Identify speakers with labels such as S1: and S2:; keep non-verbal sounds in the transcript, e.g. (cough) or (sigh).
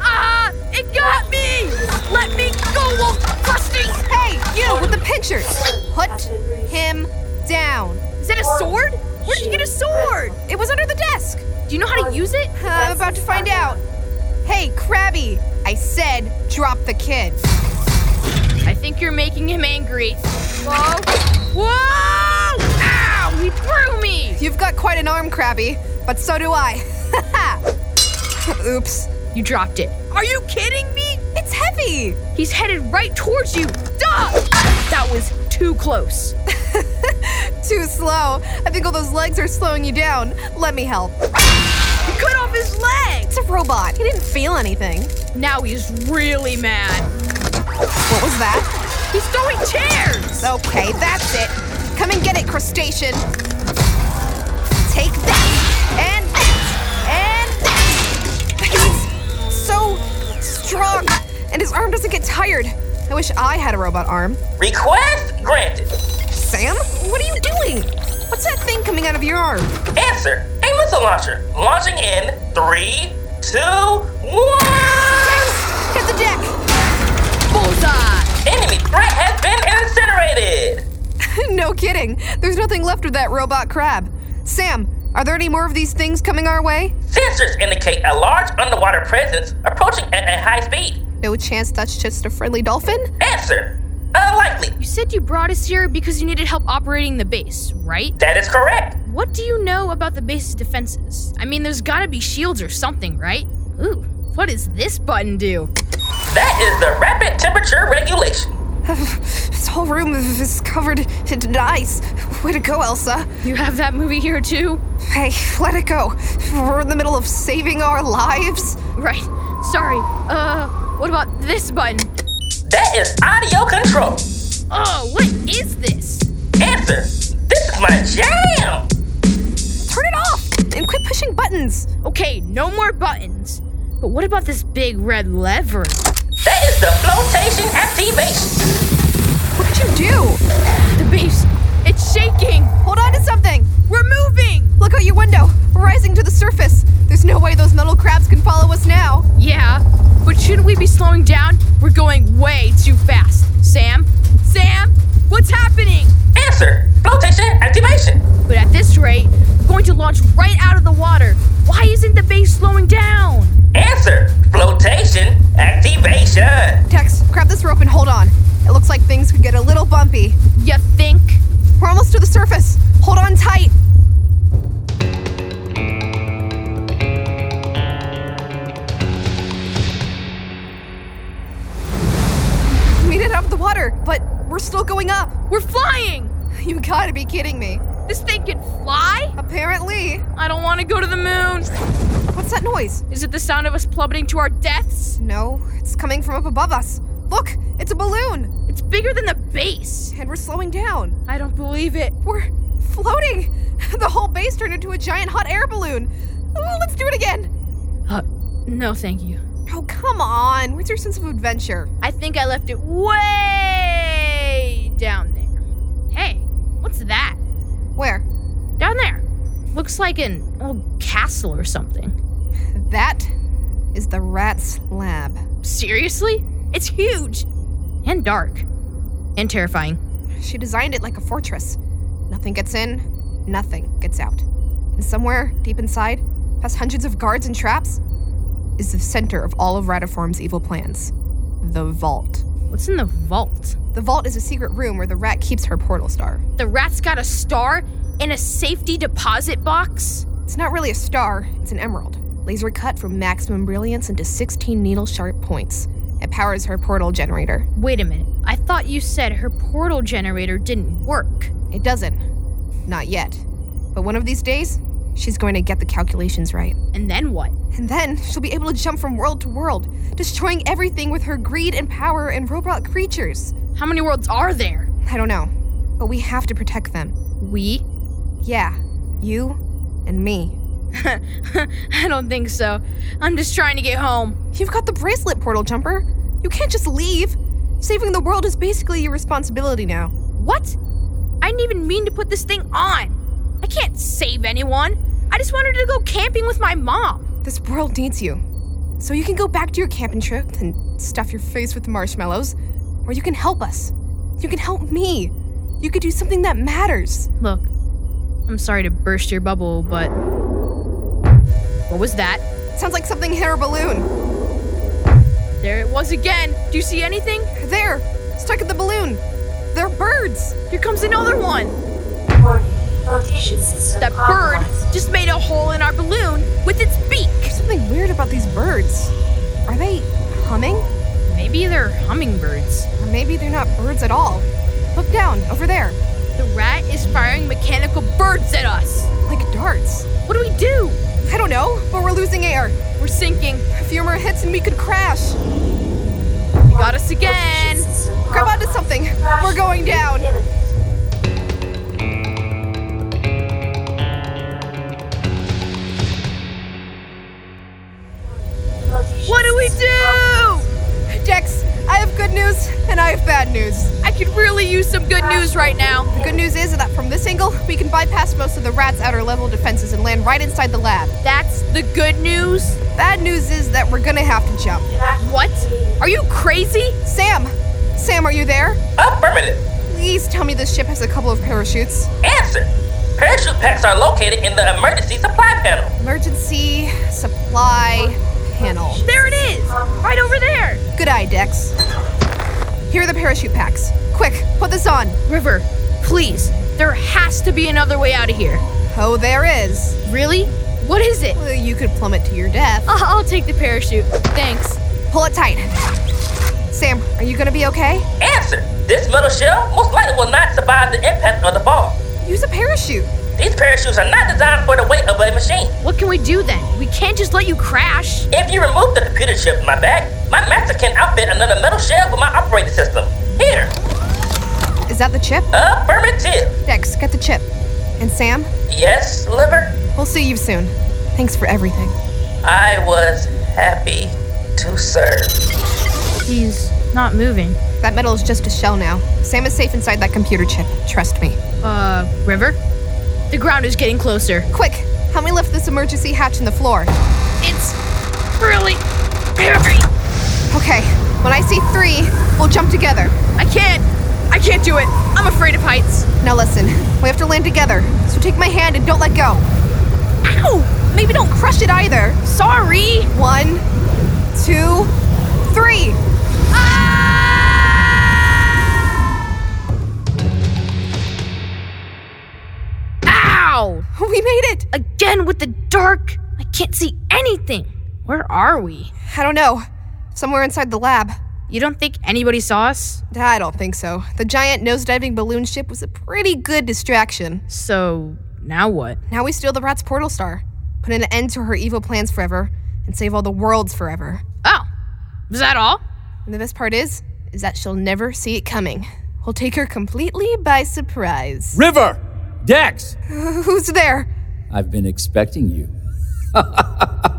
S1: Ah,
S2: down.
S1: Is that a sword? Where did you get a sword? It was under the desk. Do you know how to use it?
S2: I'm about to find out. Hey, Krabby! I said drop the kid.
S1: I think you're making him angry. Whoa. Whoa! Ow! He threw me!
S2: You've got quite an arm, Krabby, but so do I. (laughs) Oops.
S1: You dropped it. Are you kidding me?
S2: It's heavy!
S1: He's headed right towards you. Duh! That was too close.
S2: Too slow. I think all those legs are slowing you down. Let me help.
S1: You cut off his leg!
S2: It's a robot. He didn't feel anything.
S1: Now he's really mad.
S2: What was that?
S1: He's throwing chairs!
S2: Okay, that's it. Come and get it, crustacean. Take that! And that! And that! He's so strong, and his arm doesn't get tired. I wish I had a robot arm.
S3: Request granted.
S2: Sam, what are you doing? What's that thing coming out of your arm?
S3: Answer. A missile launcher. Launching in three, two, one.
S2: Hit the deck!
S1: Bullseye!
S3: Enemy threat has been
S2: (laughs)
S3: incinerated.
S2: no kidding. There's nothing left of that robot crab. Sam, are there any more of these things coming our way?
S3: Sensors indicate a large underwater presence approaching at a high speed.
S2: No chance that's just a friendly dolphin?
S3: Answer. Unlikely.
S1: You said you brought us here because you needed help operating the base, right?
S3: That is correct.
S1: What do you know about the base's defenses? I mean, there's gotta be shields or something, right? Ooh, what does this button do?
S3: That is the rapid temperature regulation.
S2: (sighs) This whole room is covered in ice. Way to go, Elsa.
S1: You have that movie here too?
S2: Hey, let it go. We're in the middle of saving our lives.
S1: Right. Sorry. Uh, what about this button?
S3: That is audio control.
S1: Oh, what is this?
S3: Answer. This is my jam.
S2: Turn it off and quit pushing buttons.
S1: Okay, no more buttons. But what about this big red lever?
S3: That is the flotation activation.
S2: What could you do?
S1: The base, it's shaking.
S2: Hold on to something.
S1: We're moving.
S2: Look out your window. We're rising to the surface. There's no way those metal crabs can follow us now.
S1: Yeah, but shouldn't we be slowing down? We're going way too fast. Sam, Sam, what's happening?
S3: Answer. Flotation activation.
S1: But at this rate, we're going to launch right out of the water. Why isn't the base slowing down?
S3: Answer. Flotation activation.
S2: Tex, grab this rope and hold on. It looks like things could get a little bumpy.
S1: You think?
S2: We're almost to the surface. Hold on tight. We made it out of the water, but we're still going up.
S1: We're flying.
S2: You gotta be kidding me.
S1: This thing can fly?
S2: Apparently.
S1: I don't want to go to the moon.
S2: What's that noise?
S1: Is it the sound of us plummeting to our deaths?
S2: No, it's coming from up above us. Look, it's a balloon,
S1: It's bigger than the base.
S2: and we're slowing down.
S1: I don't believe it.
S2: We're floating. (laughs) The whole base turned into a giant hot air balloon. Ooh, let's do it again.
S1: Uh, no, thank you.
S2: Oh, come on. Where's your sense of adventure?
S1: I think I left it way down there. Hey, what's that?
S2: Where?
S1: Down there. Looks like an old castle or something.
S2: That is the rat's lab.
S1: Seriously? It's huge and dark and terrifying.
S2: She designed it like a fortress. Nothing gets in, nothing gets out. And somewhere, deep inside, past hundreds of guards and traps, is the center of all of Ratiform's evil plans the vault.
S1: What's in the vault?
S2: The vault is a secret room where the rat keeps her portal star.
S1: The rat's got a star and a safety deposit box?
S2: It's not really a star, it's an emerald. Laser cut from maximum brilliance into 16 needle sharp points. It powers her portal generator.
S1: Wait a minute. I thought you said her portal generator didn't work.
S2: It doesn't. Not yet. But one of these days, she's going to get the calculations right.
S1: And then what?
S2: And then she'll be able to jump from world to world, destroying everything with her greed and power and robot creatures.
S1: How many worlds are there?
S2: I don't know, but we have to protect them.
S1: We? (laughs)
S2: Yeah, you and me.
S1: I don't think so. I'm just trying to get home.
S2: You've got the bracelet, Portal Jumper. You can't just leave. Saving the world is basically your responsibility now.
S1: What? I didn't even mean to put this thing on. I can't save anyone. I just wanted to go camping with my mom.
S2: This world needs you. So you can go back to your camping trip and stuff your face with marshmallows, or you can help us. You can help me. You could do something that matters.
S1: Look, I'm sorry to burst your bubble, but. What was that?
S2: Sounds like something hit our balloon.
S1: There it was again. Do you see anything?
S2: There, stuck in the balloon. They're birds.
S1: Here comes another one.
S4: Warning. Location system
S1: That bird
S4: compromised.
S1: just made a hole in our balloon with its beak.
S2: There's something weird about these birds. Are they humming?
S1: Maybe they're hummingbirds.
S2: Or maybe they're not birds at all. Look down, over there,
S1: The rat is firing mechanical birds at us.
S2: like darts.
S1: What do we do?
S2: I don't know, but we're losing air.
S1: We're sinking.
S2: A few more hits and we could crash.
S1: You got us again.
S4: Location system
S2: Grab onto
S4: compromised.
S2: something.
S4: Crash
S2: We're going down.
S4: imminent. Location
S1: What do we
S4: system
S1: do?
S2: Dex, I have good news and I have bad news.
S1: I could really use some good news right now.
S2: The good news is that from this angle, we can bypass most of the rat's outer level defenses and land right inside the lab.
S1: That's the good news.
S2: Bad news is that we're gonna have to jump.
S1: What? Are you crazy?
S2: Sam! Sam, are you there?
S3: Affirmative.
S2: Please tell me this ship has a couple of parachutes.
S3: Answer. Parachute packs are located in the emergency supply panel.
S2: Emergency supply panel.
S1: There it is. Right over there.
S2: Good eye, Dex. Here are the parachute packs. Quick, put this on.
S1: River, please. There has to be another way out of here.
S2: Oh, there is.
S1: Really? What is it?
S2: Well, You could plummet to your death.
S1: I'll, I'll take the parachute. Thanks.
S2: Pull it tight. Sam, are you gonna be okay?
S3: Answer. This metal shell most likely will not survive the impact of the ball.
S2: Use a parachute.
S3: These parachutes are not designed for the weight of a machine.
S1: What can we do then? We can't just let you crash.
S3: If you remove the computer chip from my bag, my master can outfit another metal shell with my operating system. Here,
S2: Is that the chip?
S3: affirmative.
S2: Dex, get the chip. And Sam,
S3: Yes, liver,
S2: we'll see you soon. Thanks for everything.
S3: I was happy to serve.
S1: He's not moving.
S2: That metal is just a shell now. Sam is safe inside that computer chip. Trust me.
S1: Uh, River? The ground is getting closer.
S2: Quick, help me lift this emergency hatch in the floor.
S1: It's really heavy.
S2: Okay, when I see three, we'll jump together.
S1: I can't. I can't do it. I'm afraid of heights.
S2: Now listen, we have to land together. So take my hand and don't let go.
S1: Ow!
S2: Maybe don't crush it either.
S1: Sorry.
S2: One, two, three. (laughs)
S1: Ow!
S2: We made it.
S1: Again with the dark. I can't see anything. Where are we?
S2: I don't know. Somewhere inside the lab.
S1: You don't think anybody saw us?
S2: I don't think so. The giant nosediving balloon ship was a pretty good distraction.
S1: So, now what?
S2: Now we steal the rat's portal star, put an end to her evil plans forever, and save all the worlds forever.
S1: Oh, was that all?
S2: And the best part is, is that she'll never see it coming. We'll take her completely by surprise. (laughs)
S5: River! Dex!
S2: Who's there?
S5: I've been expecting you.